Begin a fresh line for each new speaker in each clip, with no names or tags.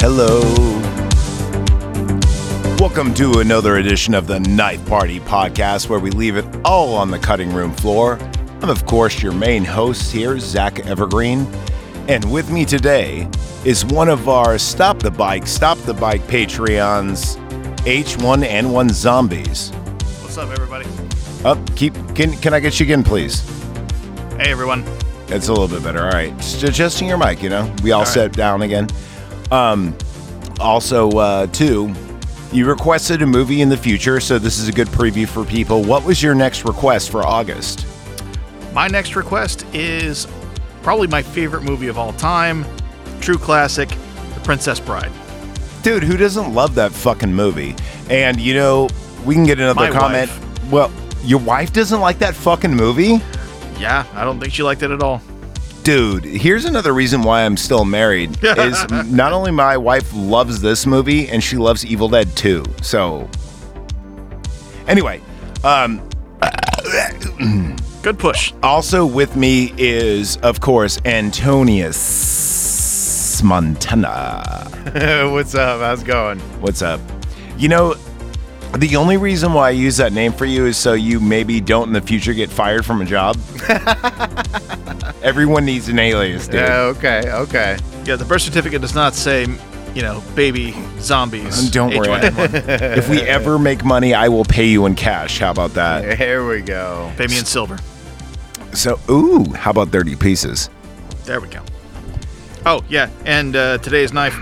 Hello. Welcome to another edition of the Knife Party Podcast, where we leave it all on the cutting room floor. I'm, of course, your main host here, Zach Evergreen. And with me today is one of our Stop the Bike, Stop the Bike Patreons, H1N1 Zombies.
What's up, everybody?
Up, keep. Can, can I get you again, please?
Hey, everyone.
It's a little bit better. All right. Just adjusting your mic, you know. We all,
All right.
sat down again. Um also uh two, you requested a movie in the future, so this is a good preview for people. What was your next request for August?
My next request is probably my favorite movie of all time, true classic, The Princess Bride.
Dude, who doesn't love that fucking movie? And you know, we can get another
My
comment. Well, your wife doesn't like that fucking movie?
Yeah, I don't think she liked it at all.
Dude, here's another reason why I'm still married is not only my wife loves this movie and she loves Evil Dead 2. So anyway, um
Good push.
also with me is of course Antonius Montana.
What's up? How's it going?
What's up? You know, the only reason why I use that name for you is so you maybe don't in the future get fired from a job. Everyone needs an alias, dude.
Yeah, okay, okay.
Yeah, the birth certificate does not say, you know, baby zombies.
Um, Don't worry.
H1N1.
if we ever make money, I will pay you in cash. How about that?
Here we go.
Baby in silver.
So, ooh, how about 30 pieces?
There we go. Oh, yeah, and uh, today's knife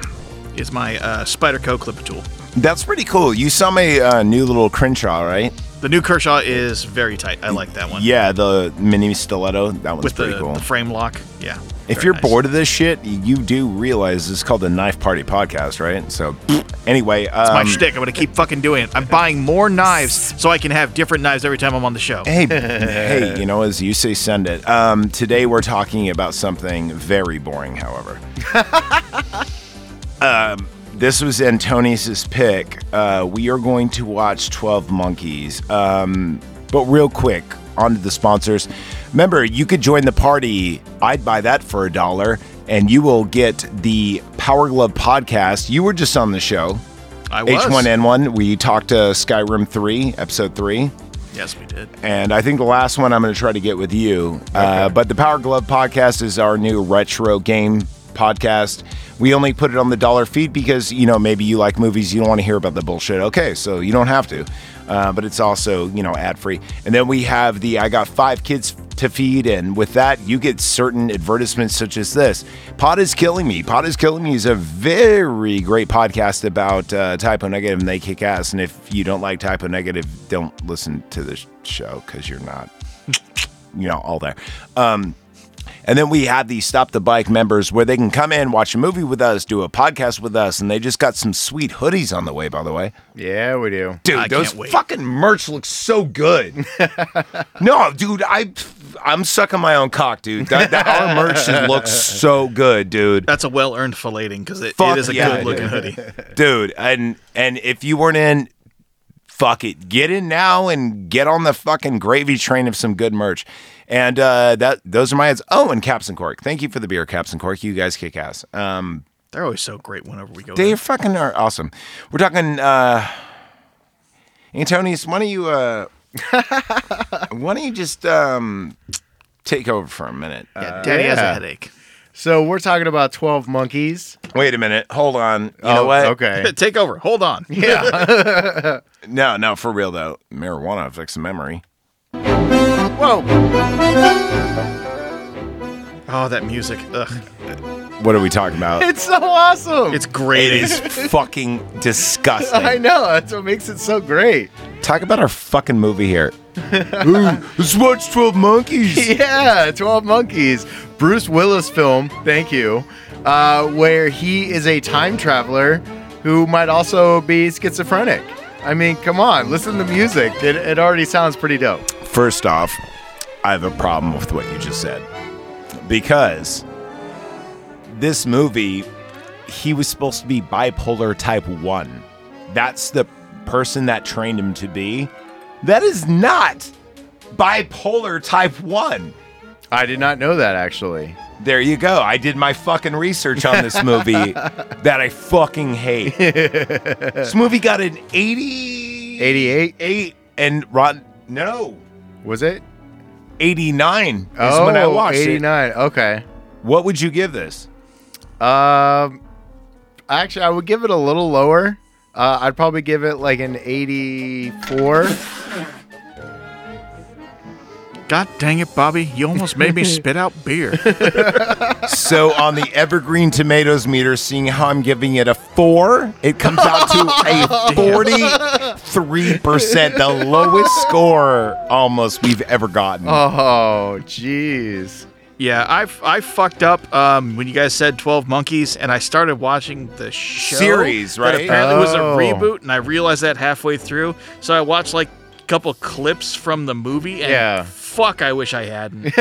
is my uh, Spyderco clipper tool.
That's pretty cool. You saw my uh, new little Crenshaw, right?
The new Kershaw is very tight. I like that one.
Yeah, the mini stiletto. That one's
With
pretty
the,
cool.
the frame lock. Yeah.
if
very
you're
nice.
bored of this shit, you do realize it's called the Knife Party Podcast, right? So, anyway, um,
my shtick. I'm gonna keep fucking doing it. I'm buying more knives so I can have different knives every time I'm on the show.
hey, hey, you know, as you say, send it. Um, today we're talking about something very boring, however. um, this was Antonius's pick. Uh, we are going to watch 12 Monkeys. Um, but real quick, on to the sponsors. Remember, you could join the party. I'd buy that for a dollar, and you will get the Power Glove podcast. You were just on the show.
I was.
H1N1, we talked to Skyrim 3, episode 3
Yes, we did.
and I think the last one I'm going to try to get with you. Uh, but the Power Glove podcast is our new retro game podcast. We only put it on the dollar feed because you know maybe you like movies, you don't want to hear about the bullshit. Okay, so you don't have to, uh, but it's also you know ad free. And then we have the I got five kids to feed, and with that you get certain advertisements such as this. Pod is killing me. Pod is killing me is a very great podcast about uh, typo negative, and they kick ass. And if you don't like typo negative, don't listen to the show because you're not you know, all there. Um, and then we have the Stop the Bike members where they can come in, watch a movie with us, do a podcast with us, and they just got some sweet hoodies on the way, by the way.
Yeah, we do.
Dude,
I
those
can't wait.
fucking merch looks so good. no, dude, I I'm sucking my own cock, dude. That, that our merch just looks so good, dude.
That's a well-earned filleting because it,
Fuck
it is a
yeah,
good-looking
dude.
hoodie.
dude and and if you weren't in fuck it get in now and get on the fucking gravy train of some good merch and uh that those are my ads oh and caps and cork thank you for the beer caps and cork you guys kick ass um
They're always so great whenever we go.
they
there.
fucking are awesome we're talking uh antonius why don't you uh why don't you just um take over for a minute uh,
Yeah, Daddy has a
yeah.
headache.
So we're talking about Twelve Monkeys.
wait a minute hold on you
oh,
know what
Okay.
Take over. Hold on.
yeah.
no no for real though marijuana affects the memory
Whoa.
Oh, that music. Ugh,
what are we talking about
It's so awesome.
it's
It
grating.
is fucking disgusting.
I know. That's what makes it so great.
Talk about our fucking movie here. Ooh, let's watch 12 Monkeys.
Yeah, Twelve Monkeys, Bruce Willis film. Thank you. Uh, where he is a time traveler who might also be schizophrenic. I mean, come on, listen to the music. It, it already sounds pretty dope.
First off, I have a problem with what you just said. Because this movie, he was supposed to be bipolar type 1. That's the person that trained him to be. That is not bipolar type 1.
I did not know that actually.
There you go. I did my fucking research on this movie that I fucking hate. this movie got an 80
88
eight and rotten no
was it?
89 is
Oh,
when I watched it.
89. Okay.
What would you give this?
Um, actually, I would give it a little lower. Uh, I'd probably give it like an 84.
God dang it, Bobby. You almost made me spit out beer.
So on the Evergreen Tomatoes meter, seeing how I'm giving it a four, it comes out to a 43%, the lowest score almost we've ever gotten.
Oh, jeez.
yeah, I, I fucked up um, when you guys said 12 Monkeys, and I started watching the show.
Series,
That
right?
apparently was a
Oh.
reboot, and I realized that halfway through. So I watched like a couple clips from the movie, and
Yeah.
fuck, I wish I hadn't.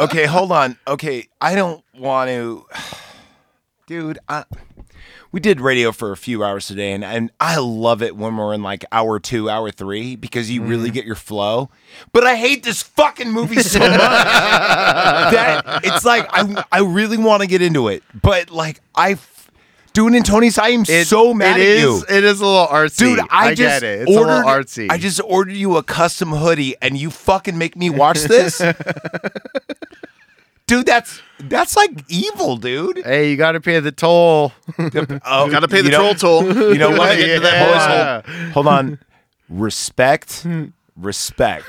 okay, hold on. Okay, I don't want to, dude. I, we did radio for a few hours today, and and I love it when we're in like hour two, hour three, because you
Mm-hmm.
really get your flow. But I hate this fucking movie so much that it's like I I really want to get into it, but like I. f- Dude, and Tony's, I am
It-
so mad
it
at
is-
you.
It is a little artsy.
Dude, I, just
get it. It's
ordered.
a little artsy.
I just ordered you a custom hoodie, and you fucking make me watch this. dude, that's that's like evil, dude.
Hey, you got to pay the toll.
Oh,
Gotta pay
you
the
know-
troll toll.
You know what?
Get to
Hold
that plot.
on, Hold, on. Respect, respect.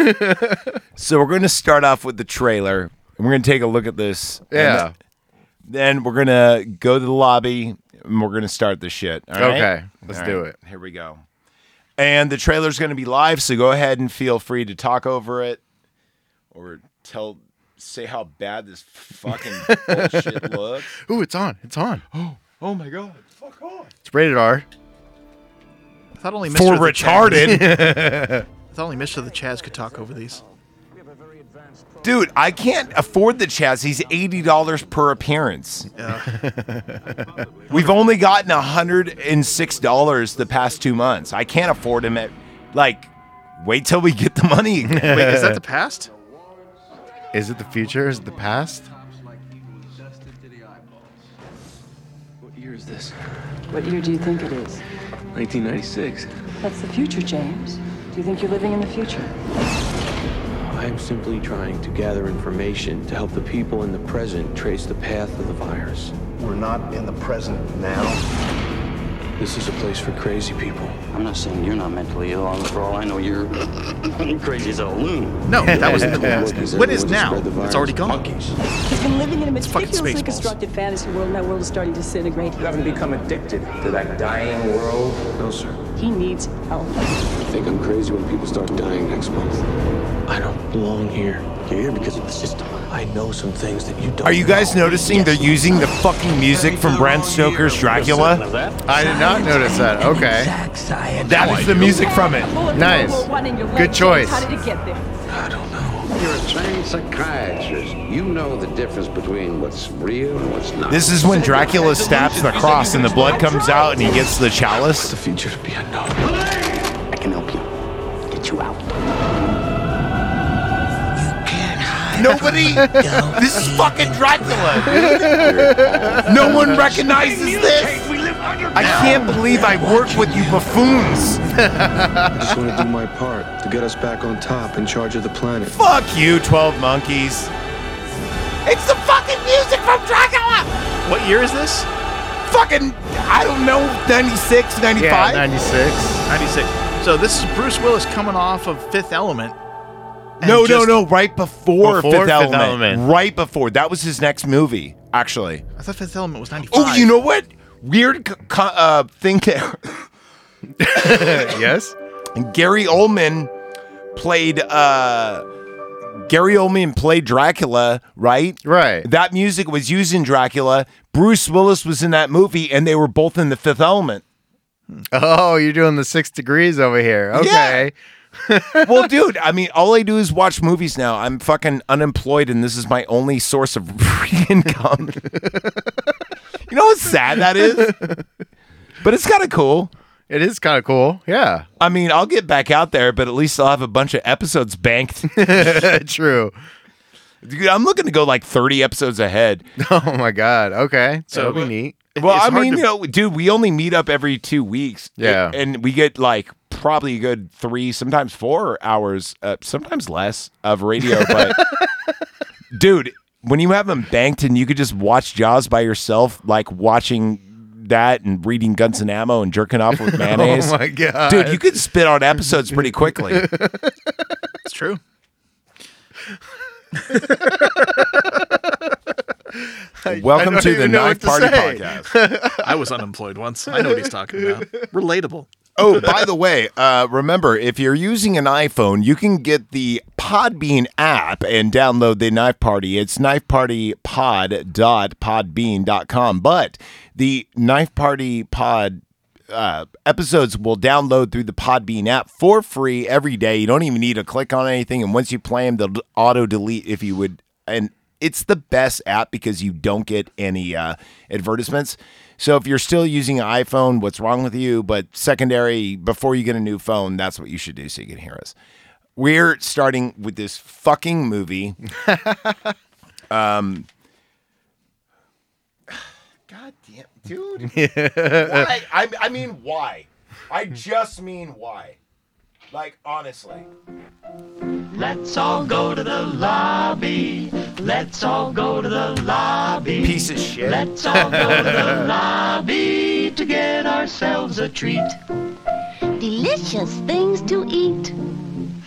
so we're going to start off with the trailer, and we're going to take a look at this. and
Yeah.
then we're gonna go to the lobby, and we're gonna start this shit. all right?
Okay, let's do it.
Here we go. And the trailer's going to be live, so go ahead and feel free to talk over it or tell say how bad this fucking bullshit looks.
Ooh, it's on. It's on.
Oh my god. Fuck off.
It's rated R.
I thought only Mr.
For
the
retarded.
Chaz- I thought only Mr. the Chaz could talk over these.
Dude, I can't afford the Chaz. He's $80 per appearance. We've only gotten $106 the past 2 months. I can't afford him at like wait till we get the money. again.
Wait, is that the past?
Is it the future? Is it the past?
What year is this?
What year do you think it is?
1996.
That's the future, James. Do you think you're living in the future?
I'm simply trying to gather information to help the people in the present trace the path of the virus.
We're not in the present now.
This is a place for crazy people.
I'm not saying you're not mentally ill. and For all I know, you're crazy as a loon.
No, that was in the past.
Monkeys
What
are
is
the ones who
now?
spread the virus.
It's already gone.
Monkeys.
He's been living in a
fucking
meticulously
Spaceballs.
constructed fantasy world, and that world is starting to disintegrate.
You haven't become addicted to that dying world.
No, sir.
He needs help.
I think I'm crazy when people start dying next month. I don't belong here.
You're here because of the system.
I know some things that you don't.
Are you guys
know.
noticing they're using the fucking music from Bram Stoker's Dracula?
I did not notice that. Okay.
That is the music from it.
Nice. Good choice.
How did it get there?
I don't know.
You're a trained psychiatrist. You know the difference between what's real and what's not.
This is when Dracula stabs the cross and the blood comes out and he gets the
The
chalice.
future to be unknown.
I can help you. Get you out.
Nobody. This is fucking Dracula. dude. No one recognizes this. I can't believe I work with you buffoons.
I just want to do my part to get us back on top in charge of the planet.
Fuck you, 12 monkeys. It's the fucking music from Dracula.
What year is this?
Fucking, I don't know, 96, 95?
Yeah, 96.
96. So this is Bruce Willis coming off of Fifth Element. and
no,
just-
no, no. Right before,
Before
Fifth,
Fifth
Element.
Element.
Right before. That was his next movie, actually.
I thought Fifth Element was 95.
Oh, you know what? Weird c- co- uh, thing to.
Yes.
Gary Oldman played. uh Gary Oldman played Dracula, right?
Right.
That music was used in Dracula. Bruce Willis was in that movie, and they were both in the Fifth Element.
Oh, you're doing the six degrees over here. Okay.
well, dude, I mean, all I do is watch movies now. I'm fucking unemployed, and this is my only source of income. you know how sad that is? But it's kind of cool.
It is kind of cool. Yeah.
I mean, I'll get back out there, but at least I'll have a bunch of episodes banked.
True.
Dude, I'm looking to go like 30 episodes ahead.
Oh my god. Okay.
So-
That'll be neat.
It-
Well,
it's
I
hard
mean,
to-
you know, dude, we only meet up every two weeks.
Yeah.
And we get like probably a good three, sometimes four hours, uh, sometimes less of radio. But, dude, when you have them banked and you could just watch Jaws by yourself, like watching that and reading Guns and Ammo and jerking off with mayonnaise.
Oh my god.
Dude, you could spit on episodes pretty quickly.
it's true.
Welcome
I don't
to the
even know
Knife
what
Party
to say.
Podcast.
I was unemployed once. I know what he's talking about. Relatable.
Oh, by the way, uh, remember if you're using an iPhone, you can get the Podbean app and download the Knife Party. It's knifepartypod.podbean.com. But the Knife Party Pod uh, episodes will download through the Podbean app for free every day. You don't even need to click on anything. And once you play them, they'll auto delete if you would. And it's the best app because you don't get any uh, advertisements. So if you're still using an iPhone, what's wrong with you? But secondary, before you get a new phone, that's what you should do so you can hear us. We're starting with this fucking movie. um, God damn, dude. why? I, I mean, why? I just mean why. Like, honestly.
Let's all go to the lobby. Let's all go to the lobby.
Piece of shit.
Let's all go to the lobby to get ourselves a treat.
Delicious things to eat.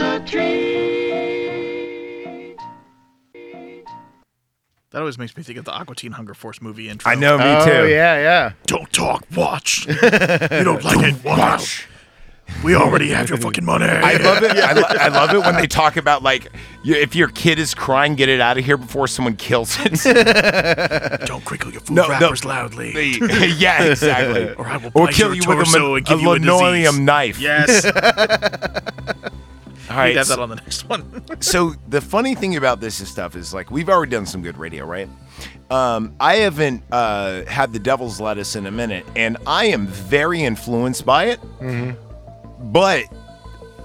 a treat.
That always makes me think of the Aqua Teen Hunger Force movie intro.
I know, me
oh,
too.
yeah, yeah.
Don't talk. Watch. you don't like it. Watch. We already have your fucking money.
I love it. I, lo- I love it when they talk about like you, if your kid is crying, get it out of here before someone kills it.
don't crinkle your food
No, no.
wrappers loudly.
yeah, exactly.
Or I will
Or
bite
kill
your
you with a,
torso
mon-
and give
a
you a disease.
linoleum knife.
Yes.
All
We'd
right.
have that on the next one.
so the funny thing about this is stuff is like we've already done some good radio, right? Um, I haven't uh, had the devil's lettuce in a minute, and I am very influenced by it. But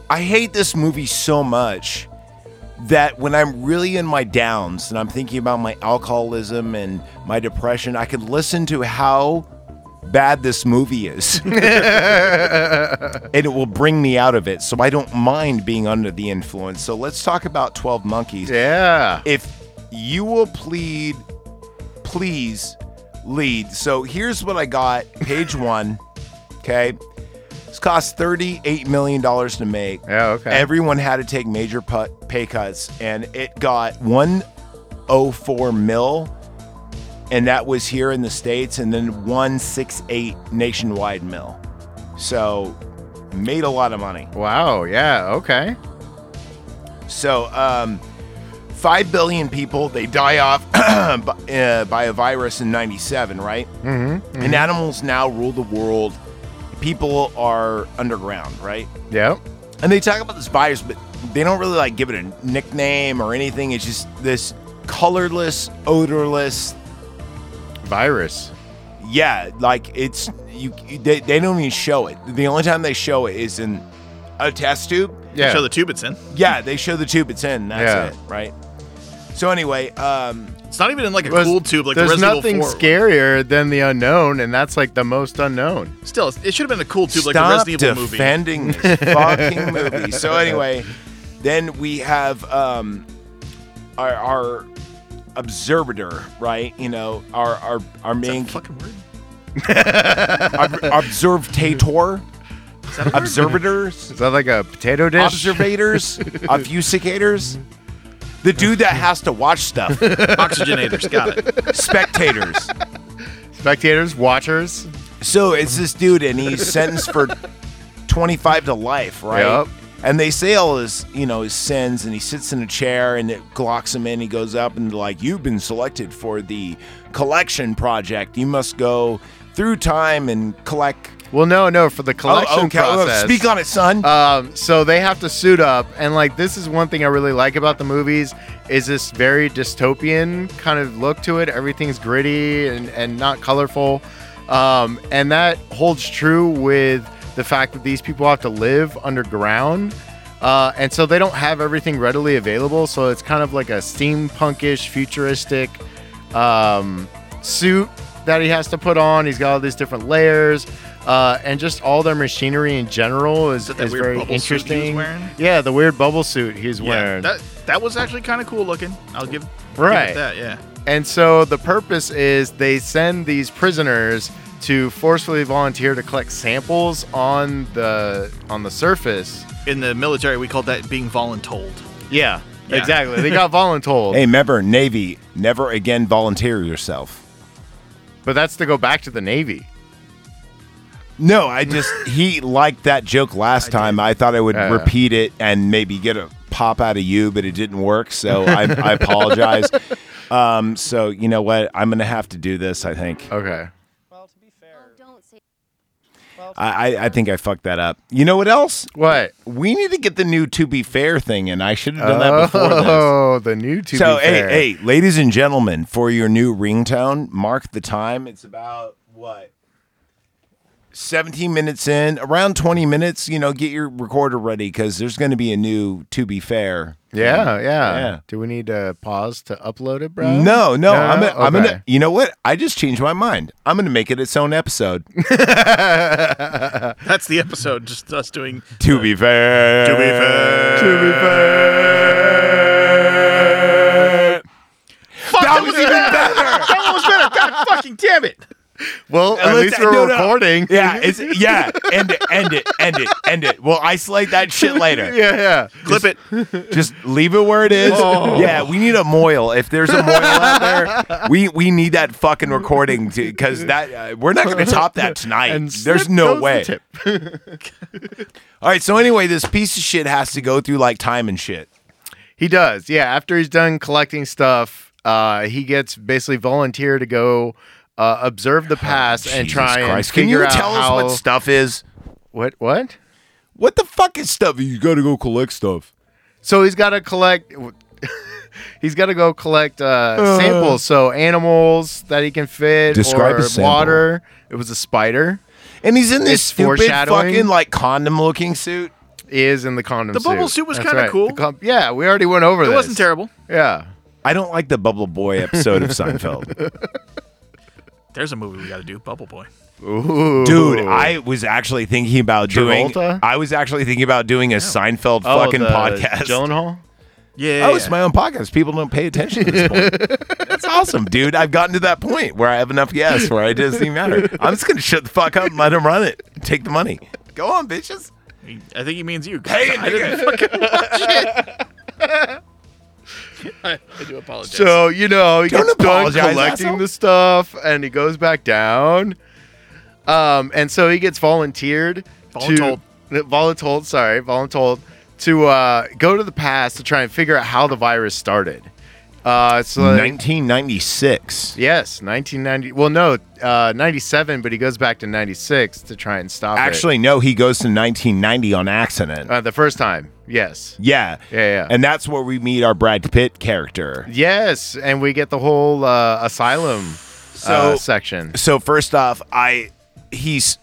I hate this movie so much that when I'm really in my downs and I'm thinking about my alcoholism and my depression, I could listen to how bad this movie is and it will bring me out of it. So I don't mind being under the influence. So let's talk about 12 Monkeys.
Yeah.
If you will plead, please lead. So here's what I got page one. Okay. This cost $38 million to make.
Yeah, okay.
Everyone had to take major put- pay cuts, and it got 104 mil, and that was here in the States, and then 168 nationwide mil. So, made a lot of money.
wow, yeah, okay.
So, um, 5 billion people, they die off by, uh, by a virus in 97, right? Mm-hmm, And animals now rule the world. People are underground, right?
Yep.
And they talk about this virus, but they don't really like give it a nickname or anything. It's just this colorless, odorless.
Virus.
Yeah, like it's you. you- They, they don't even show it. The only time they show it is in a test tube.
Yeah.
Show the tube it's in.
Yeah, they show the tube it's in. That's
Yeah.
it, right? So anyway, um,
It's not even in like a
Was-
cool tube like the
there's
Resident
nothing
Evil 4.
scarier than the unknown, and that's like the most unknown.
Still, it should have been a cool tube like the
stop
Resident Evil movie.
defending this fucking movie. So anyway, then we have um, our, our observator, right? You know, our our our main
Fucking word.
Ob- observtator,
Is that a word?
observators,
Is that like a potato dish?
observators, obfuscators. The dude that has to watch stuff,
Oxygenators. Got it.
spectators.
Spectators, watchers.
So it's this dude, and he's sentenced for 25 to life, right?
Yep.
And they say all his, you know, his sins, and he sits in a chair, and it glocks him in. He goes up and like, "You've been selected for the collection project. You must go through time and collect
Well, no, no, for the collection
okay. Oh,
process.
speak on it, son.
Um, so they have to suit up, and like this is one thing I really like about the movies is this very dystopian kind of look to it. Everything's gritty and and not colorful, um, and that holds true with the fact that these people have to live underground. Uh, and so they don't have everything readily available, so it's kind of like a steampunkish, futuristic um, suit that he has to put on. He's got all these different layers, uh, and just all their machinery in general is,
that that
is
weird
very
bubble suit he was
interesting.
wearing?
Yeah, the weird bubble suit he's wearing.
that that was actually kind of cool looking. I'll give, give it
Right.
that. Yeah.
and so the purpose is they send these prisoners to forcefully volunteer to collect samples on the on the surface.
In the military, we called that being voluntold.
Yeah,
Yeah.
exactly. They got voluntold.
Hey, remember, Navy, never again volunteer yourself.
But that's to go back to the Navy.
No, I just he liked that joke last time. I thought I would
Yeah.
repeat it and maybe get a pop out of you, but it didn't work. So I, I apologize. Um, so you know what? I'm gonna have to do this. I think
Okay.
I, I, I think I fucked that up. You know what else?
What?
We need to get the new "To Be Fair" thing, and I should have done that before this.
Oh, the new to
so
be
hey,
fair.
hey, ladies and gentlemen, for your new ringtone, mark the time. It's about what? 17 minutes in, around 20 minutes, you know, get your recorder ready cuz there's going to be a new to be fair.
Yeah, yeah,
Yeah.
Do we need to pause to upload it, bro?
No, no, I'm gonna, I'm
Okay.
gonna, you know what? I just changed my mind. I'm gonna make it its own episode.
That's the episode. Just us doing.
to be fair. To be fair. To be fair.
Fuck,
That was even better.
that was better. God fucking damn it.
Well, at
Let's-
least we're
Uh, no, no.
recording.
Yeah, it's yeah. End it, end it, end it, end it. We'll isolate that shit later.
yeah, yeah.
Clip it.
Just leave it where it is.
Oh.
Yeah, we need a moil. If there's a moil out there, we we need that fucking recording because that uh, we're not going to top that tonight.
And
there's
slip
no
goes the
way.
tip.
All right. So anyway, this piece of shit has to go through like time and shit.
He does. Yeah. After he's done collecting stuff, uh, he gets basically volunteer to go uh, observe the past and
Oh, Jesus
try
Christ.
and
Can
figure
you
out
tell
how,
us what stuff is?
what what.
What the fuck is stuff? You got to go collect stuff.
So he's got to collect. He's got to go collect uh, samples. So animals that he can fit
Describe a
or
sample.
water. It was a spider.
And he's in this
It's
stupid
foreshadowing.
fucking like condom looking suit.
Is in the condom.
The bubble suit was
That's
kinda cool.
The com- yeah, we already went over
It
this.
wasn't terrible.
Yeah.
I don't like the Bubble Boy episode of Seinfeld.
There's a movie we got to do. Bubble Boy.
Ooh.
Dude, I was actually thinking about doing
Travolta?
I was actually thinking about doing a Seinfeld
Oh,
fucking
the
podcast.
Gyllenhaal.
Yeah.
Oh, it's my own podcast. People don't pay attention at this point. That's awesome, dude. I've gotten to that point where I have enough yes where it doesn't even matter. I'm just gonna shut the fuck up and let him run it. Take the money. Go on, bitches.
I think he means you.
Hey,
I, didn't
nigga.
fucking watch it. I, I do apologize.
So you know he
Don't
gets done
apologize,
collecting
asshole.
the stuff, and he goes back down. Um, and so he gets volunteered.
Voluntold.
To, voluntold. Sorry, voluntold to uh, go to the past to try and figure out how the virus started. Uh, so that-
1996.
yes, 1990. Well, no, uh, 97, but he goes back to 96 to try and stop it.
Actually, no, he goes to 1990 on accident.
uh, the first time. Yes.
Yeah.
Yeah, yeah.
And that's where we meet our Brad Pitt character.
Yes, and we get the whole uh, asylum uh,
So-
section.
So first off, I he's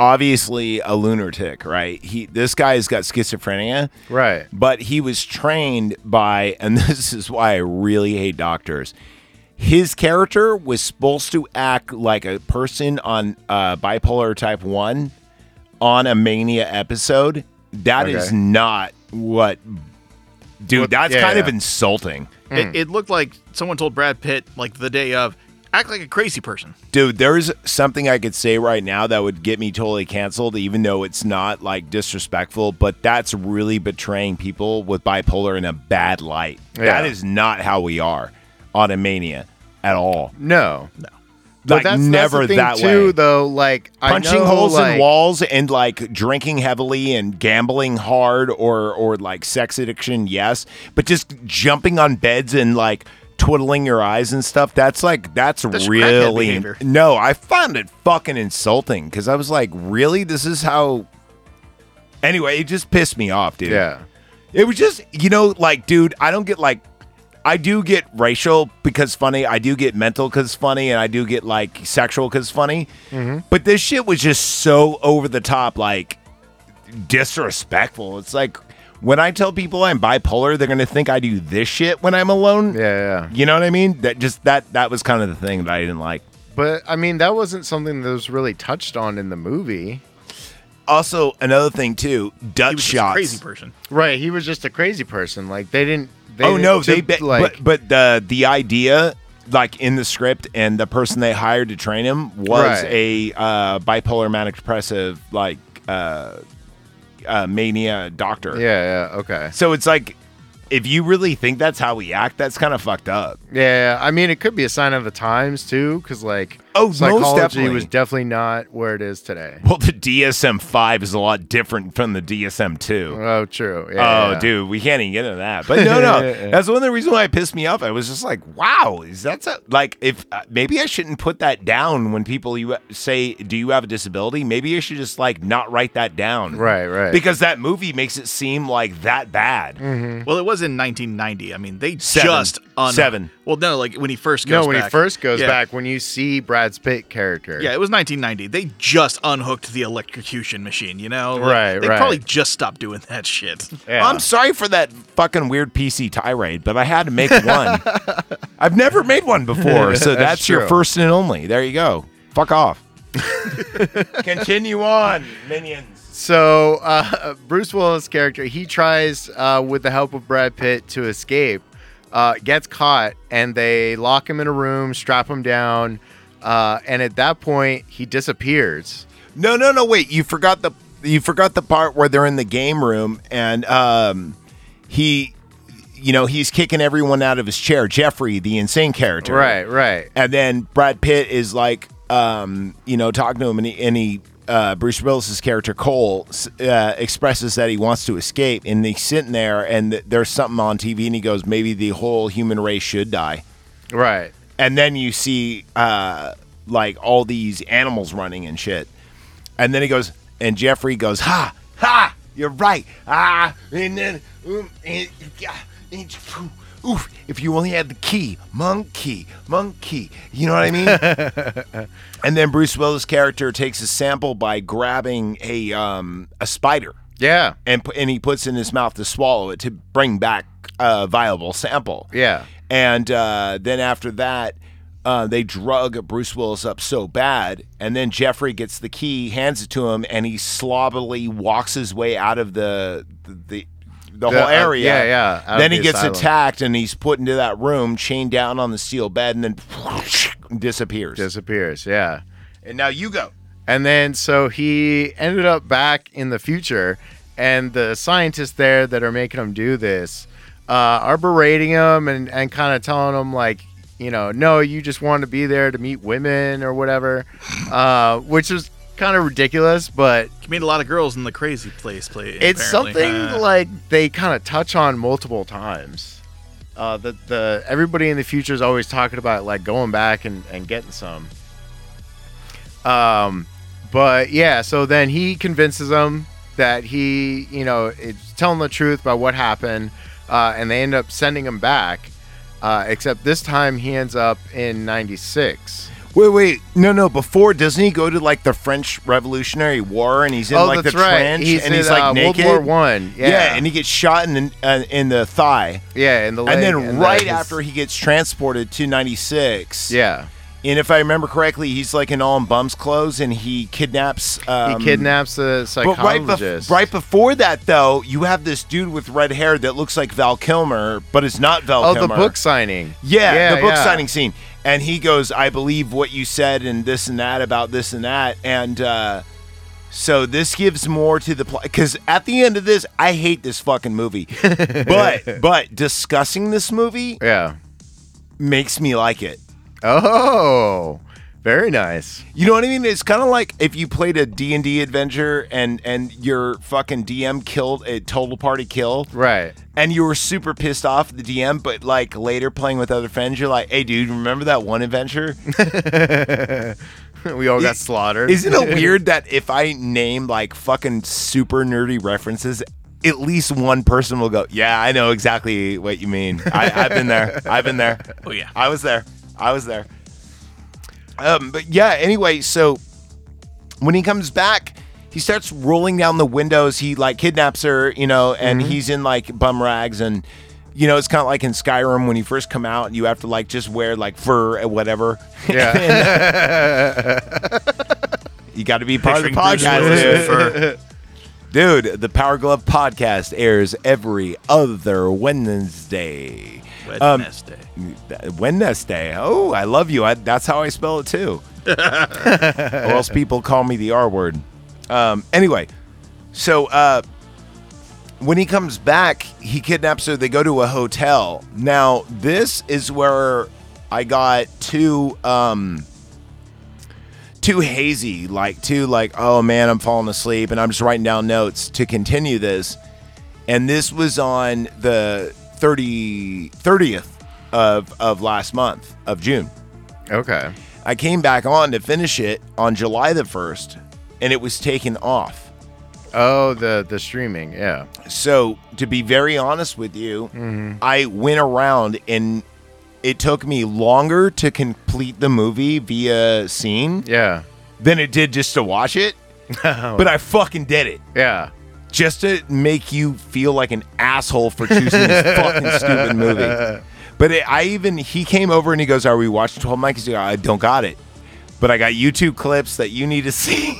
obviously a lunatic, right? He this guy's got schizophrenia.
Right.
But he was trained by and this is why I really hate doctors. His character was supposed to act like a person on uh, bipolar type 1 on a mania episode. That is
Okay.
not what Dude,
What-
that's
yeah,
kind of
yeah.
insulting.
it, it looked like someone told Brad Pitt like the day of, act like a crazy person.
Dude, there's something I could say right now that would get me totally canceled, even though it's not like disrespectful, but that's really betraying people with bipolar in a bad light. That
Yeah.
is not how we are on a mania at all.
No.
Like, never that way.
Though, like I
Punching
know,
holes
like,
in walls and like drinking heavily and gambling hard or or like sex addiction, yes, but just jumping on beds and like twiddling your eyes and stuff, that's like that's,
That's crackhead
really
behavior.
no. I found it fucking insulting because I was like, really, this is how. Anyway, it just pissed me off, dude.
Yeah.
It was just, you know, like, dude, I don't get like, I do get racial because funny. I do get mental because funny, and I do get like sexual because funny. But this shit was just so over the top, like disrespectful. It's like when I tell people I'm bipolar, they're gonna think I do this shit when I'm alone.
Yeah, yeah.
You know what I mean? That just that that was kind of the thing that I didn't like.
But I mean, that wasn't something that was really touched on in the movie.
Also, another thing too, Dutch
He was just a
shots.
crazy person.
Right. He was just a crazy person. Like they didn't. They
oh
didn't
no,
tip-
they be, but but the the idea like in the script and the person they hired to train him was
Right.
a uh, bipolar manic depressive like uh, uh, mania doctor.
yeah, yeah. Okay.
So it's like if you really think that's how we act, that's kind of fucked up.
Yeah, I mean, it could be a sign of the times too, because like
Oh, most
psychology
definitely.
was definitely not where it is today.
Well, the DSM five is a lot different from the DSM two.
Oh, true. Yeah,
Oh,
yeah.
dude, we can't even get into that. But no, no, that's one of the reasons why it pissed me off. I was just like, wow, is that so? Like, if uh, maybe I shouldn't put that down when people you say, "Do you have a disability?" Maybe I should just like not write that down,
Right, right. Mm-hmm.
Because that movie makes it seem like that bad.
Well, it was in 1990. I mean, they
Seven.
just un-
Seven.
Well, no, like when he first goes.
no, when he
back.
first goes
Yeah.
back, when you see Brad's Pitt character,
Yeah, it was 1990. They just unhooked the electrocution machine, you know? Like,
Right,
They
right.
probably just stopped doing that shit.
Yeah.
I'm sorry for that fucking weird PC tirade, but I had to make one. I've never made one before, so that's, your
true.
first and only. There you go. Fuck off. Continue on, minions.
So uh, Bruce Willis' character, he tries uh, with the help of Brad Pitt to escape, uh, gets caught, and they lock him in a room, strap him down, uh, and at that point he disappears.
No, no, no. Wait, you forgot the you forgot the part where they're in the game room and um, he, you know, he's kicking everyone out of his chair. Jeffrey, the insane character,
Right, right.
And then Brad Pitt is like, um, you know, talking to him, and he, and he uh, Bruce Willis's character Cole s- uh, expresses that he wants to escape, and he's sitting there, and th- there's something on TV, and he goes, maybe the whole human race should die,
Right.
and then you see uh, like all these animals running and shit, and then he goes, and Jeffrey goes, ha ha, you're right, ah, and then. Um, and, yeah, and, Oof, if you only had the key, monkey, monkey. You know what I mean? And then Bruce Willis' character takes a sample by grabbing a um, a spider
Yeah.
and pu- and he puts it in his mouth to swallow it to bring back a viable sample.
Yeah.
And uh, then after that, uh, they drug Bruce Willis up so bad, and then Jeffrey gets the key, hands it to him, and he slobbily walks his way out of the the.
The-
The, whole
uh,
area.
yeah, yeah, out of
Then he
the
gets
asylum.
attacked and he's put into that room, chained down on the steel bed, and then disappears.
Disappears. Yeah.
and now you go.
And then so he ended up back in the future, and the scientists there that are making him do this uh, are berating him and, and kind of telling him, like, you know, no, you just want to be there to meet women or whatever, uh, which is kind of ridiculous, but
You meet a lot of girls in the crazy place. Play,
it's
apparently.
something
Uh,
like they kind of touch on multiple times. Uh, that the everybody in the future is always talking about like going back and, and getting some. Um, but yeah, so then he convinces them that he, you know, is telling the truth about what happened, uh, and they end up sending him back. Uh, except this time he ends up in '96.
Wait, wait, no, no. Before, doesn't he go to like the French Revolutionary War and he's in
oh,
like
that's
the
right.
trench
he's
and
in,
he's like
uh,
naked?
World War One. Yeah,
Yeah. and he gets shot in the uh, in the thigh,
yeah, in the leg
and then right
his-
after he gets transported to ninety six.
yeah.
and if I remember correctly, he's like in all in bums clothes, and he kidnaps. Um,
he kidnaps the
But right, bef-
psychologist.
right before that, though, you have this dude with red hair that looks like Val Kilmer, but is not Val
oh,
Kilmer.
the book signing.
Yeah, the book
yeah.
signing scene. And he goes, I believe what you said and this and that about this and that. And uh, so this gives more to the plot. Because at the end of this, I hate this fucking movie. but but discussing this movie
Yeah.
makes me like it.
Oh, Very nice.
You know what I mean? It's kind of like if you played a D&D adventure and and your fucking DM killed a total party kill.
Right.
And you were super pissed off at the DM, but like later playing with other friends, you're like, "Hey dude, remember that one adventure?"
we all got slaughtered.
Isn't it weird that if I name like fucking super nerdy references, at least one person will go, "Yeah, I know exactly what you mean. I, I've been there. I've been there.
Oh, yeah.
I was there. I was there." Um, but yeah. Anyway, so when he comes back, he starts rolling down the windows. He like kidnaps her, you know, and
Mm-hmm.
he's in like bum rags and. You know, it's kind of like in Skyrim when you first come out, you have to like just wear like fur and whatever.
Yeah.
You got to be part of the
Picturing Bruce Willis
podcast,
in
dude.
fur.
Dude, the Power Glove podcast airs every other Wednesday. Um,
Wednesday.
Wednesday. Oh, I love you. I, that's how I spell it too. or else people call me the R word. Um, anyway, so uh, when he comes back, he kidnaps her. They go to a hotel. Now, this is where I got two. Um, too hazy, like too like, oh man, I'm falling asleep and I'm just writing down notes to continue this. And this was on the 30, 30th of, of last month of June.
okay.
I came back on to finish it on July the 1st and it was taken off.
Oh, the the streaming. Yeah.
So, to be very honest with you, I went around and it took me longer to complete the movie via scene
Yeah.
than it did just to watch it. But I fucking did it.
Yeah.
just to make you feel like an asshole for choosing this fucking stupid movie. But it, I even he came over and he goes, "Are we watching 12 Monkeys?" I go, I don't got it, but I got YouTube clips that you need to see.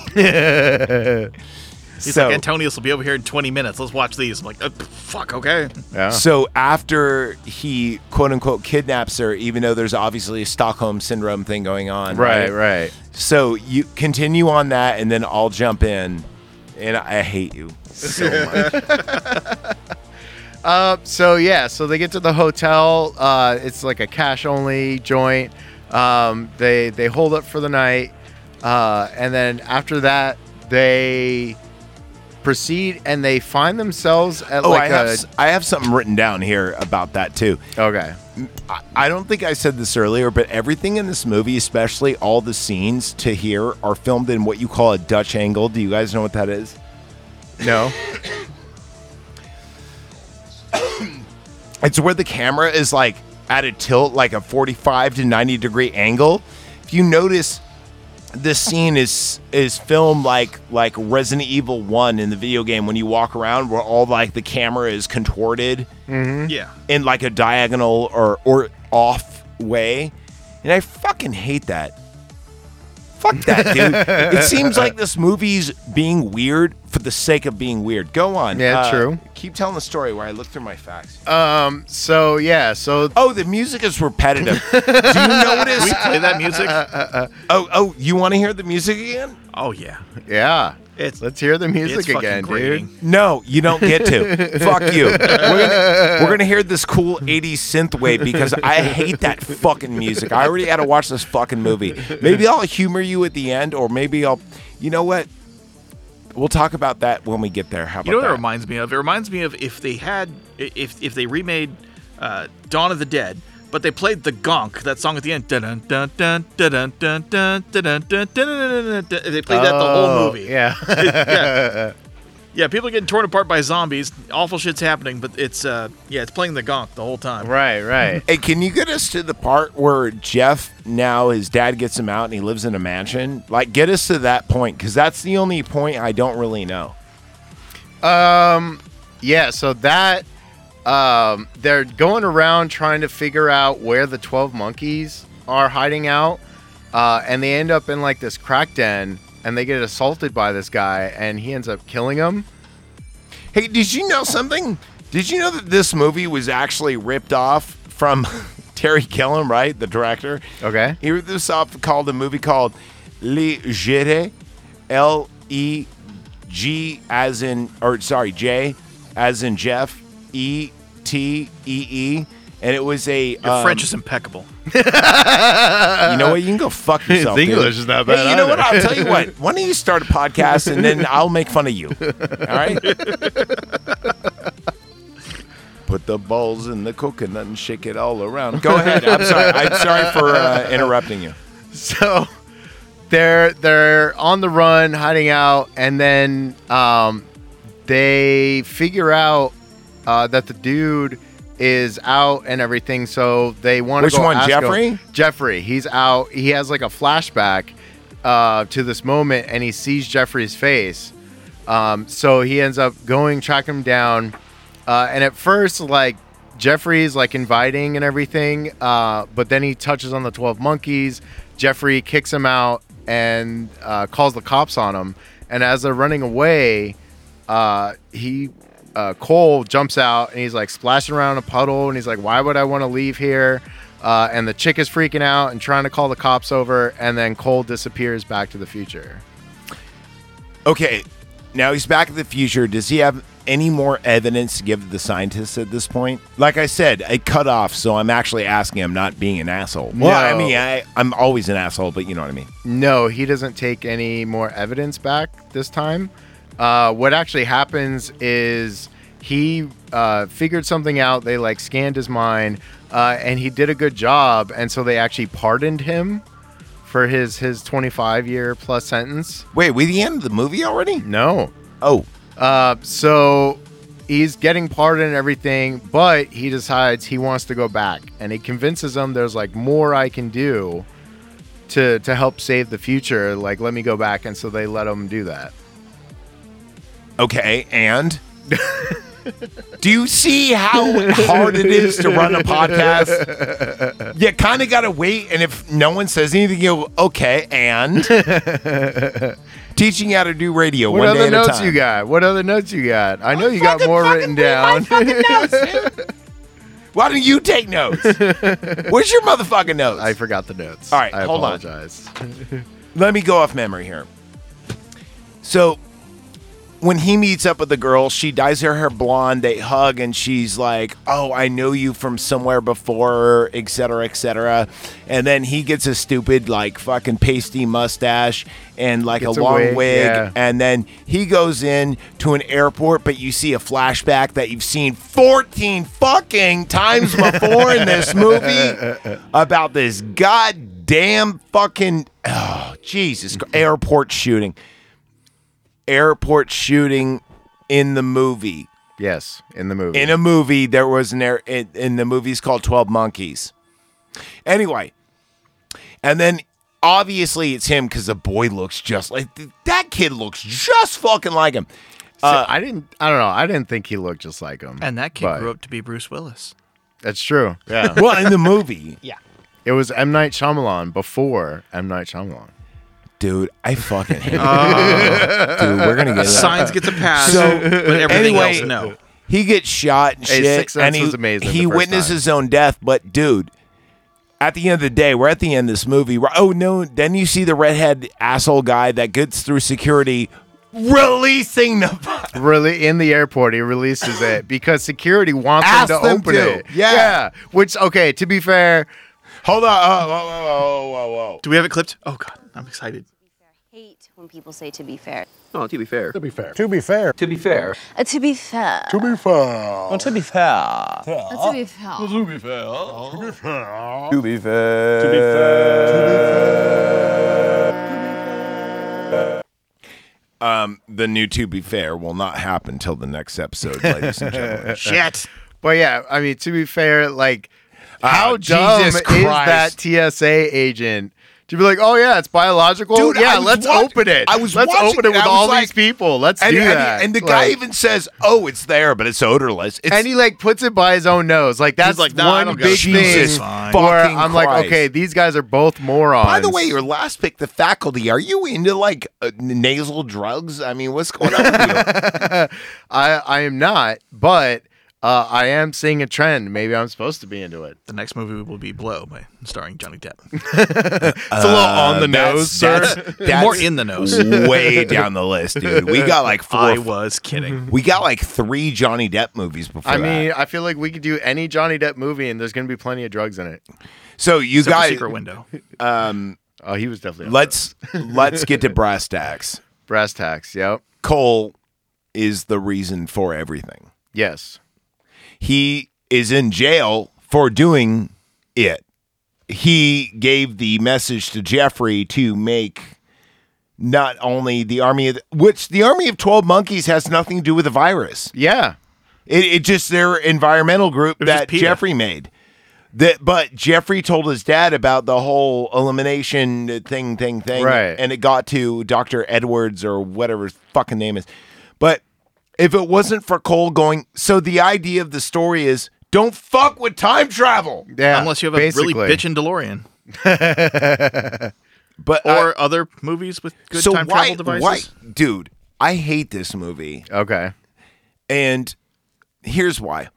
He's
so,
like, Antonius will be over here in 20 minutes. Let's watch these. I'm like, uh, fuck, okay.
Yeah.
so after he quote unquote kidnaps her, even though there's obviously a Stockholm syndrome thing going on,
right. Right.
So you continue on that, and then I'll jump in. And I hate you so much.
So yeah, so they get to the hotel. Uh, it's like a cash only joint. Um, they they hold up for the night, uh, and then after that they proceed and they find themselves at
oh,
like
I,
a
have, s- I have something written down here about that too.
okay.
I- I don't think I said this earlier, but everything in this movie, especially all the scenes to here, are filmed in what you call a Dutch angle. Do you guys know what that is?
No.
It's where the camera is like at a tilt, like a 45 to 90 degree angle. If you notice, this scene is is filmed like like Resident Evil One in the video game when you walk around, where all like the camera is contorted.
Yeah.
in like a diagonal or or off way. And I fucking hate that. Fuck that, dude. it seems like this movie's being weird for the sake of being weird. Go on. Uh,
Yeah, true.
Keep telling the story where I look through my facts.
Um. So yeah. So
oh, the music is repetitive. Do you notice?
We play that music?
Oh, oh, you want to hear the music again?
Oh, yeah.
yeah.
It's-
Let's hear the music
it's fucking
again,
grating.
dude.
No, you don't get to. Fuck you. We're gonna, we're gonna hear this cool 80s synth wave because I hate that fucking music. I already had to watch this fucking movie. Maybe I'll humor you at the end, or maybe I'll. You know what? We'll talk about that when we get there. How about
You know what
that?
it reminds me of? It reminds me of if they had, i- if if they remade uh, Dawn of the Dead, but they played the gonk, that song at the end. Dun dun dun dun dun dun dun dun dun dun dun dun dun dun. They played that the whole
Oh,
movie.
Yeah.
Yeah, people are getting torn apart by zombies. Awful shit's happening, but it's uh, yeah, it's playing the gonk the whole time.
right. Right.
Hey, can you get us to the part where Jeff now his dad gets him out and he lives in a mansion? Like, get us to that point because that's the only point I don't really know.
Yeah, so that um, they're going around trying to figure out where the twelve monkeys are hiding out, uh, and they end up in like this crack den, and they get assaulted by this guy, and he ends up killing them.
Hey, did you know something? Did you know that this movie was actually ripped off from Terry Gilliam, right? The director.
Okay.
He ripped this off called a movie called Le Jete, L E G as in, or sorry, J as in Jeff, E T E E. and it was a
Your French
Um,
is impeccable.
you know what? You can go fuck yourself.
His
dude.
English is not
Hey,
bad
you know
either.
what? I'll tell you what. Why don't you start a podcast and then I'll make fun of you. All right. Put the balls in the coconut and shake it all around. Go ahead. I'm sorry. I'm sorry for uh, interrupting you.
so they're they're on the run, hiding out, and then um, they figure out uh, that the dude is out and everything. So they want to
Which
go
one,
ask him-
Jeffrey?
Jeffrey, he's out. He has like a flashback uh, to this moment, and he sees Jeffrey's face. Um, so he ends up going track him down, uh, and at first, like Jeffrey's like inviting and everything, uh, but then he touches on the twelve monkeys. Jeffrey kicks him out and uh, calls the cops on him. And as they're running away, uh, he uh, Cole jumps out and he's like splashing around in a puddle and he's like, "Why would I want to leave here?" Uh, and the chick is freaking out and trying to call the cops over. And then Cole disappears back to the future.
Okay. Now he's back in the future. Does he have any more evidence to give the scientists at this point? Like I said, I cut off, so I'm actually asking him, not being an asshole. Well, I
No.
mean, I, I'm always an asshole, but you know what I mean.
No, he doesn't take any more evidence back this time. Uh, what actually happens is he uh, figured something out. They like scanned his mind, uh, and he did a good job, and so they actually pardoned him for his his 25 year plus sentence.
Wait, we the end of the movie already?
No,
Oh,
uh, so he's getting pardoned and everything, but he decides he wants to go back, and he convinces them there's like more I can do to to help save the future. Like, let me go back, and so they let him do that.
Okay, and do you see how hard it is to run a podcast? You kind of got to wait, and if no one says anything, you go, okay, and teaching you how to do radio
What
one
other
day at a
notes
time.
you got? What other notes you got? I
Oh,
know you got more written down.
Why don't you take notes? Where's your motherfucking notes?
I forgot the notes.
All right,
I
hold on.
apologize.
Let me go off memory here. So when he meets up with the girl, she dyes her hair blonde. They hug, and she's like, "Oh, I know you from somewhere before," et cetera, et cetera. And then he gets a stupid, like, fucking pasty mustache and like
Gets
a
a
long wig,
wig, yeah.
and then he goes in to an airport, but you see a flashback that you've seen fourteen fucking times before in this movie about this goddamn fucking oh Jesus Christ, airport shooting airport shooting in the movie.
Yes, in the movie.
In a movie, there was an air. In, in the movie's called Twelve Monkeys. Anyway, and then obviously it's him because the boy looks just like that kid looks just fucking like him.
So, I didn't. I don't know. I didn't think he looked just like him.
And that kid
but
grew up to be Bruce Willis.
That's true. Yeah.
Well, in the movie,
it was M Night Shyamalan before M Night Shyamalan.
dude, I fucking hate it. dude. We're gonna
Uh,
get it.
Science gets a pass,
So,
but everything
anyway,
else, no.
He gets shot and
Hey,
shit,
Sixth Sense
and he
was amazing the
he
first
witnessed
time.
his own death. But dude, at the end of the day, we're at the end of this movie. We're- Oh no! Then you see the redhead asshole guy that gets through security, releasing the.
really in the airport he releases it because security wants
Ask
him to
them
open
to.
it
Yeah.
which okay to be fair
Hold on! Oh, whoa, whoa, whoa, whoa, whoa!
Do we have it clipped? Oh god, I'm excited.
Hate when people say to be fair.
Oh, to be fair. To be fair.
To be fair.
Uh, to be fair. To
to be
be
fair.
fair. To be fair.
oh.
To be fair. To be
Um, The new to be fair will not happen till the next episode, ladies and gentlemen.
Shit.
but yeah i mean to be fair like how
Jesus
dumb is
Christ.
that tsa agent to be like oh yeah it's biological
Dude,
yeah
I was
let's
watch-
open it
I was
let's
watching
open it
it,
with
I was
all
like-
these people let's
And,
do
and-
that
and the guy
Like,
even says, "Oh, it's there, but it's odorless." It's
and he like puts it by his own nose like that's
like, nah, I
one
don't go.
big
Jesus
thing
fucking
where i'm like
Christ.
okay these guys are both morons
By the way, your last pick, the faculty. Are you into like uh, n- nasal drugs? I mean, what's going on? With you?
I I am not, but uh, I am seeing a trend. Maybe I'm supposed to be into it.
The next movie will be Blow, by starring Johnny Depp.
it's a little on the nose, sir.
Uh, More in the nose.
way down the list, dude. We got like four. Mm-hmm.
I was kidding.
we got like three Johnny Depp movies before.
I
that.
mean, I feel like we could do any Johnny Depp movie, and there's going to be plenty of drugs in it.
so you
Except for
guys,
Secret Window.
um,
Oh, he was definitely on
let's let's get to brass tacks.
that. brass tacks. Yep.
Cole is the reason for everything.
Yes.
He is in jail for doing it. He gave the message to Jeffrey to make not only the army of which the army of 12 monkeys has nothing to do with the virus.
Yeah.
It, it just their environmental group
was just
that
PETA.
Jeffrey made. That but Jeffrey told his dad about the whole elimination thing, thing, thing,
Right.
And it got to Doctor Edwards or whatever his fucking name is. But if it wasn't for Cole going, so the idea of the story is don't fuck with time travel.
Yeah.
Unless you have a really bitchin' DeLorean.
But I-
Or other movies with good
Uh, so
time
why,
travel devices.
why, dude? I hate this movie.
Okay.
And here's why.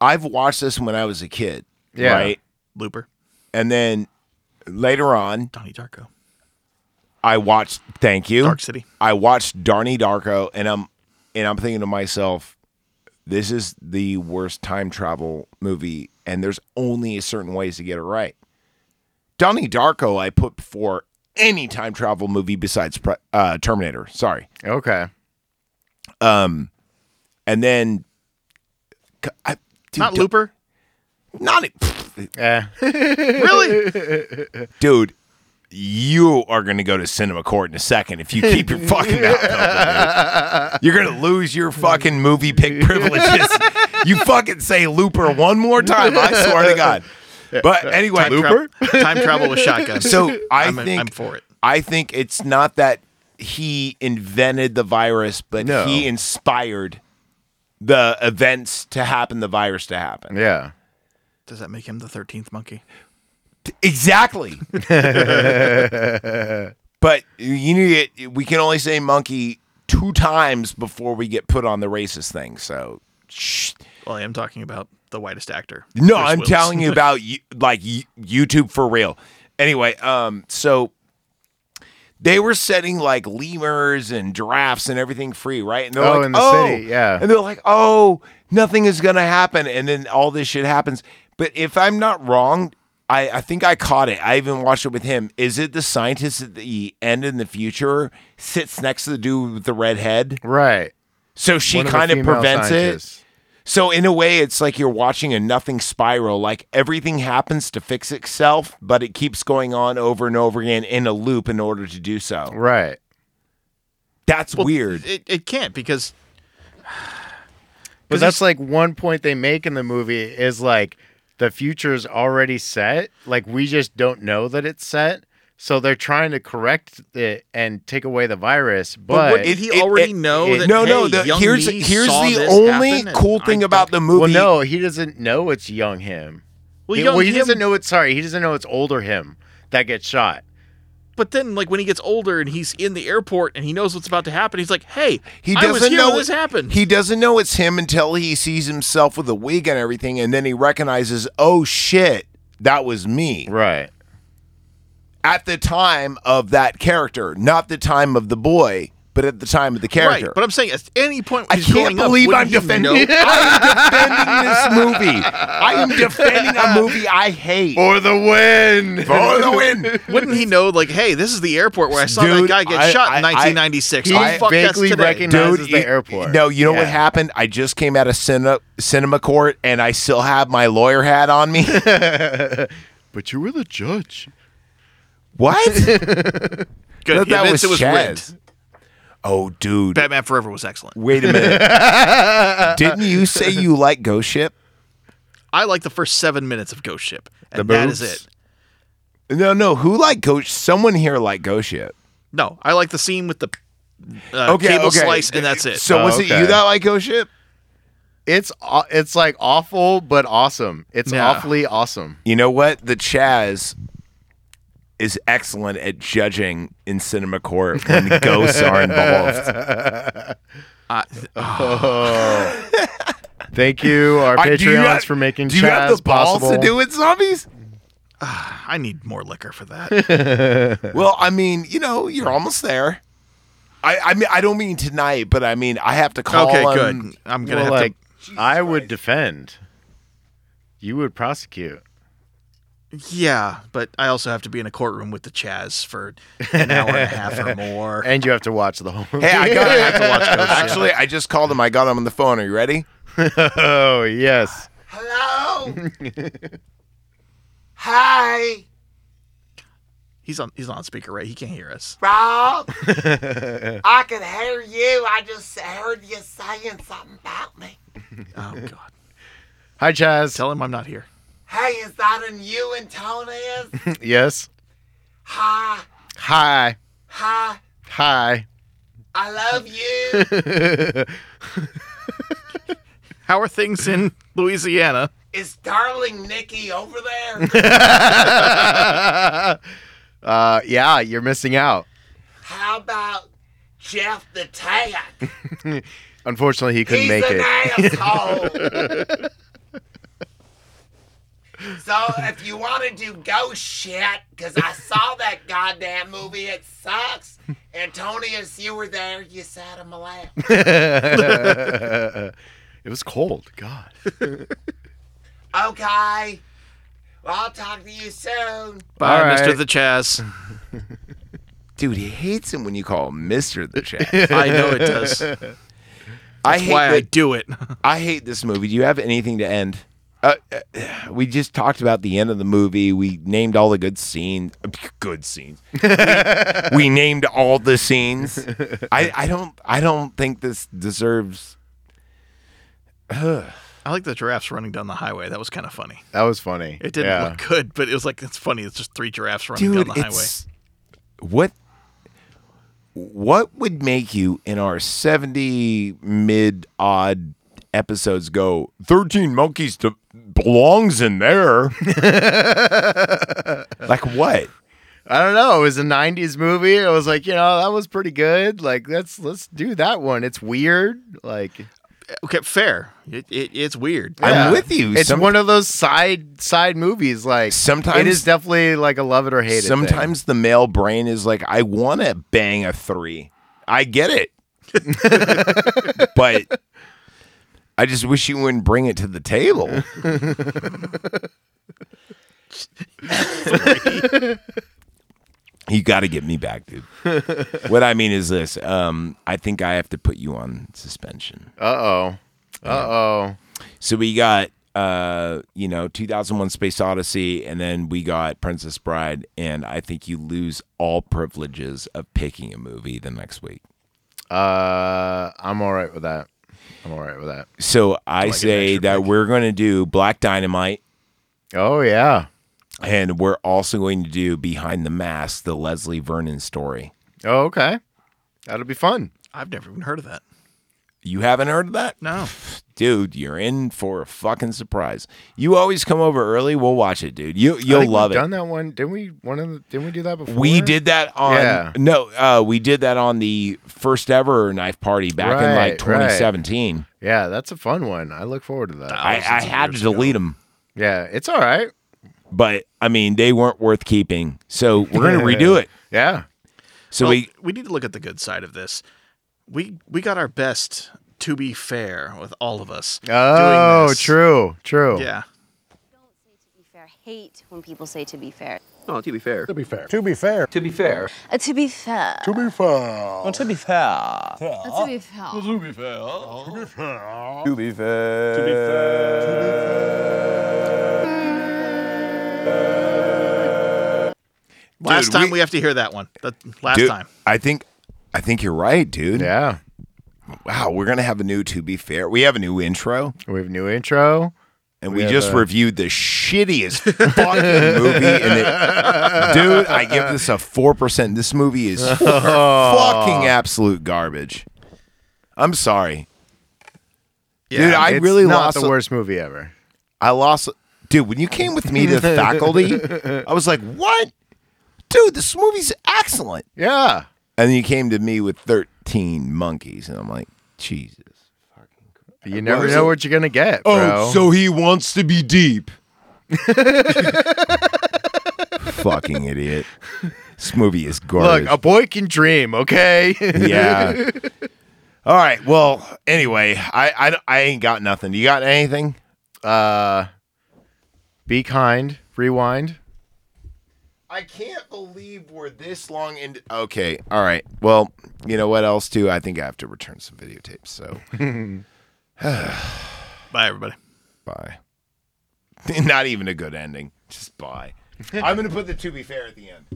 I've watched this when I was a kid.
Yeah.
Right.
Looper.
And then later on,
Donnie Darko.
I watched thank you.
Dark City.
I watched Darnie Darko and I'm and I'm thinking to myself, this is the worst time travel movie, and there's only a certain ways to get it right. Donnie Darko I put before any time travel movie besides Pre- uh, Terminator. Sorry.
Okay.
Um, and then, c- I, dude,
Not
d-
Looper.
Not e, it. pfft,
Eh.
Really?
dude. You are going to go to cinema court in a second if you keep your fucking mouth open. Dude. You're going to lose your fucking movie pick privileges. you fucking say Looper one more time, I swear to God. But anyway,
Tra- time travel with shotguns.
So I
I'm,
think
I'm for it.
I think it's not that he invented the virus, but
No.
he inspired the events to happen, the virus to happen.
Yeah.
Does that make him the thirteenth monkey?
Exactly. but you need it. We can only say monkey two times before we get put on the racist thing. So, shh.
Well, I am talking about the whitest actor.
no,
Bruce
I'm
Willis.
telling you about you- like y- YouTube for real. Anyway, um, so they were setting like lemurs and giraffes and everything free, right? And they're
Oh,
like,
in the
oh,
city, yeah.
and they're like, oh, nothing is gonna happen, and then all this shit happens. But if I'm not wrong, I, I think I caught it. I even watched it with him. Is it the scientist at the end in the future sits next to the dude with the red head?
Right.
So she
One the
kind of
female
prevents it.
scientists.
So in a way, it's like you're watching a nothing spiral. Like everything happens to fix itself, but it keeps going on over and over again in a loop in order to do so.
Right.
That's
Well,
weird.
It, it can't because
But
'Cause
that's like one point they make in the movie is like the future's already set. Like we just don't know that it's set. So they're trying to correct it and take away the virus. But,
what did he already know that,
no, no.
hey,
the-
young
here's
me
here's
saw
the
this
only
happen and
cool
I
thing
don't-
about the movie.
well, no, he doesn't know it's young him.
Well,
he,
young
well, he
him-
doesn't know it's sorry. He doesn't know it's older him that gets shot.
But then, like when he gets older and he's in the airport and he knows what's about to happen, he's like, "Hey,
He
I
doesn't
was here
know
when this happened."
He doesn't know it's him until he sees himself with a wig and everything, and then he recognizes, oh shit, that was me.
Right.
At the time of that character, not the time of the boy, but at the time of the character.
Right, but I'm saying at any point
I
when he's
can't
growing up,
believe
wouldn't
I'm
you
defending.
know?
I am defending this movie. I am defending a movie I hate.
For the win.
For the win.
Wouldn't he know? Like, hey, this is the airport where I saw
Dude,
that guy get
I-
shot in
I- I-
1996.
he
oh, fuck, that's
vaguely
today.
recognized-
Dude,
This is the
you-
airport.
No, you know
Yeah.
what happened? I just came out of cinema, cinema court and I still have my lawyer hat on me.
But you were the judge.
what? that,
Good. He
that was,
admits it was
Chaz.
rigged.
Oh, dude.
Batman Forever was excellent.
Wait a minute. Didn't you say you like Ghost Ship?
I like the first seven minutes of Ghost Ship, and
The
that is
boobs?
it.
No, no. Who liked Ghost? Someone here liked Ghost Ship.
No, I like the scene with the uh,
Okay,
cable
okay.
slice, and that's it.
So
Oh,
was it
okay.
you that like Ghost Ship?
It's aw- it's like awful but awesome. It's
No.
awfully awesome.
You know what? The Chaz is excellent at judging in cinema court when ghosts are involved.
I-
Thank you, our
I-
Patreons,
do you have-
for making
do you have the
Chaz
balls to
possible.
do it, zombies?
I need more liquor for that.
well, I mean, you know, you're almost there. I, I mean, I don't mean tonight, but I mean, I have to call.
Okay,
him.
good. I'm gonna
Well,
have
like, I would defend. You would prosecute.
to. Yeah, but I also have to be in a courtroom with the Chaz for an hour and a half or more.
And you have to watch the whole movie.
Hey, I got.
have to watch Ghost Ship.
Actually, I just called him. I got him on the phone. Are you ready?
oh, yes.
Hello. Hi,
He's on. He's on speaker, right? He can't hear us.
Rob, I can hear you. I just heard you saying something about me.
Oh God!
Hi, Chaz.
Tell him I'm not here.
Hey, is that in you and Tony?
yes.
Hi,
Hi.
hi.
Hi.
I love you.
How are things in Louisiana?
Is darling Nikki over there?
uh, yeah, you're missing out.
How about Jeff the Tag?
Unfortunately, he couldn't
He's
make
an
it.
asshole. so if you want to do ghost shit, because I saw that goddamn movie, it sucks. Antonius, you were there. You sat him a laugh.
it was cold. God.
Okay. Well, I'll talk to you soon.
Bye,
All
Mr.
right.
The Chaz.
dude. He hates him when you call him Mister the Chat.
I know it does. That's
I hate.
why I
that-
do it.
I hate this movie. Do you have anything to end? Uh, uh, we just talked about the end of the movie. We named all the good scenes. Uh, Good scenes. We, we named all the scenes. I, I don't. I don't think this deserves.
I like the giraffes running down the highway. That was kind of funny.
That was funny.
It didn't
yeah.
look good, but it was like it's funny. It's just three giraffes running
Dude,
down the highway.
it's what. What would make you in our seventy mid odd episodes go? Thirteen monkeys to, belongs in there. like what?
I don't know. It was a '90s movie. It was like you know that was pretty good. Like let's let's do that one. It's weird. Like
Okay, fair. It, it, it's weird.
yeah.
I'm with you.
It's
Some-
one of those side side movies. Like
Sometimes-
it is definitely like a love it or hate it. thing.
Sometimes the male brain is like, I want to bang a three. I get it. but I just wish you wouldn't bring it to the table. you got to get me back, dude. what I mean is this um, I think I have to put you on suspension.
Uh oh. Uh oh.
So we got uh, you know, 2001 Space Odyssey and then we got Princess Bride and I think you lose all privileges of picking a movie the next week.
Uh, I'm all right with that. I'm all right with that.
So I say that we're going to do Black Dynamite
Oh yeah.
and we're also going to do Behind the Mask, the Leslie Vernon story.
Oh okay. That'll be fun.
I've never even heard of that.
You haven't heard of that?
No.
Dude, you're in for a fucking surprise. You always come over early, we'll watch it, dude. You
I
you'll
think we've
love it.
Done that one? Didn't we? One of the, didn't we do that before?
We did that on
Yeah.
no, uh, we did that on the first ever knife party back in
Right,
like
right.
2017.
Yeah, that's a fun one. I look forward to that.
I, I had to delete them,
yeah, it's all right.
but I mean they weren't worth keeping, so we're gonna redo it.
Yeah.
So
Well,
we
we need to look at the good side of this. We we got our best to be fair with all of us. doing
Oh,
this.
true, true.
Yeah.
To be fair. Hate when people say to be fair.
Oh, to be fair. To be fair.
To be fair.
To be fair.
Uh, to be fair.
To be fair.
to be fair.
Uh, to be fair.
To be fair.
To be fair. To be fair.
Last
Dude,
time we,
we-
have to hear that one. The last
dude,
time.
I think I think you're right, dude.
Yeah.
Wow, we're gonna have a new. To be fair, we have a new intro,
We have new intro.
and
We
we,
have
just
a-
reviewed the shittiest fucking movie. In it. Dude, I give this a four percent. This movie is fucking absolute garbage. I'm sorry. Dude, I
It's
really
not
lost
the worst movie ever.
I lost. Dude, when you came with me to the faculty, I was like, "What, dude? This movie's excellent."
Yeah.
And then you came to me with thirteen monkeys, and I'm like, "Jesus, fucking Christ."
But you never know
it-
what you're gonna get.
Oh,
bro.
so he wants to be deep.
Fucking idiot. This movie is garbage.
look, a boy can dream. Okay.
Yeah. All right. Well, anyway, I, I I ain't got nothing. You got anything?
Uh, be kind. Rewind.
I can't believe we're this long into. Okay. All right. Well, you know what else too? I think I have to return some videotapes. So,
bye everybody.
Bye. Not even a good ending. Just bye. I'm gonna put the to be fair at the end.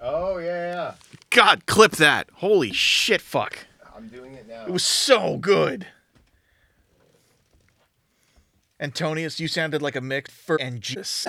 Oh yeah.
God, clip that. Holy shit, fuck.
I'm doing it now.
It was so good. Antonius, you sounded like a mix for and Jesus.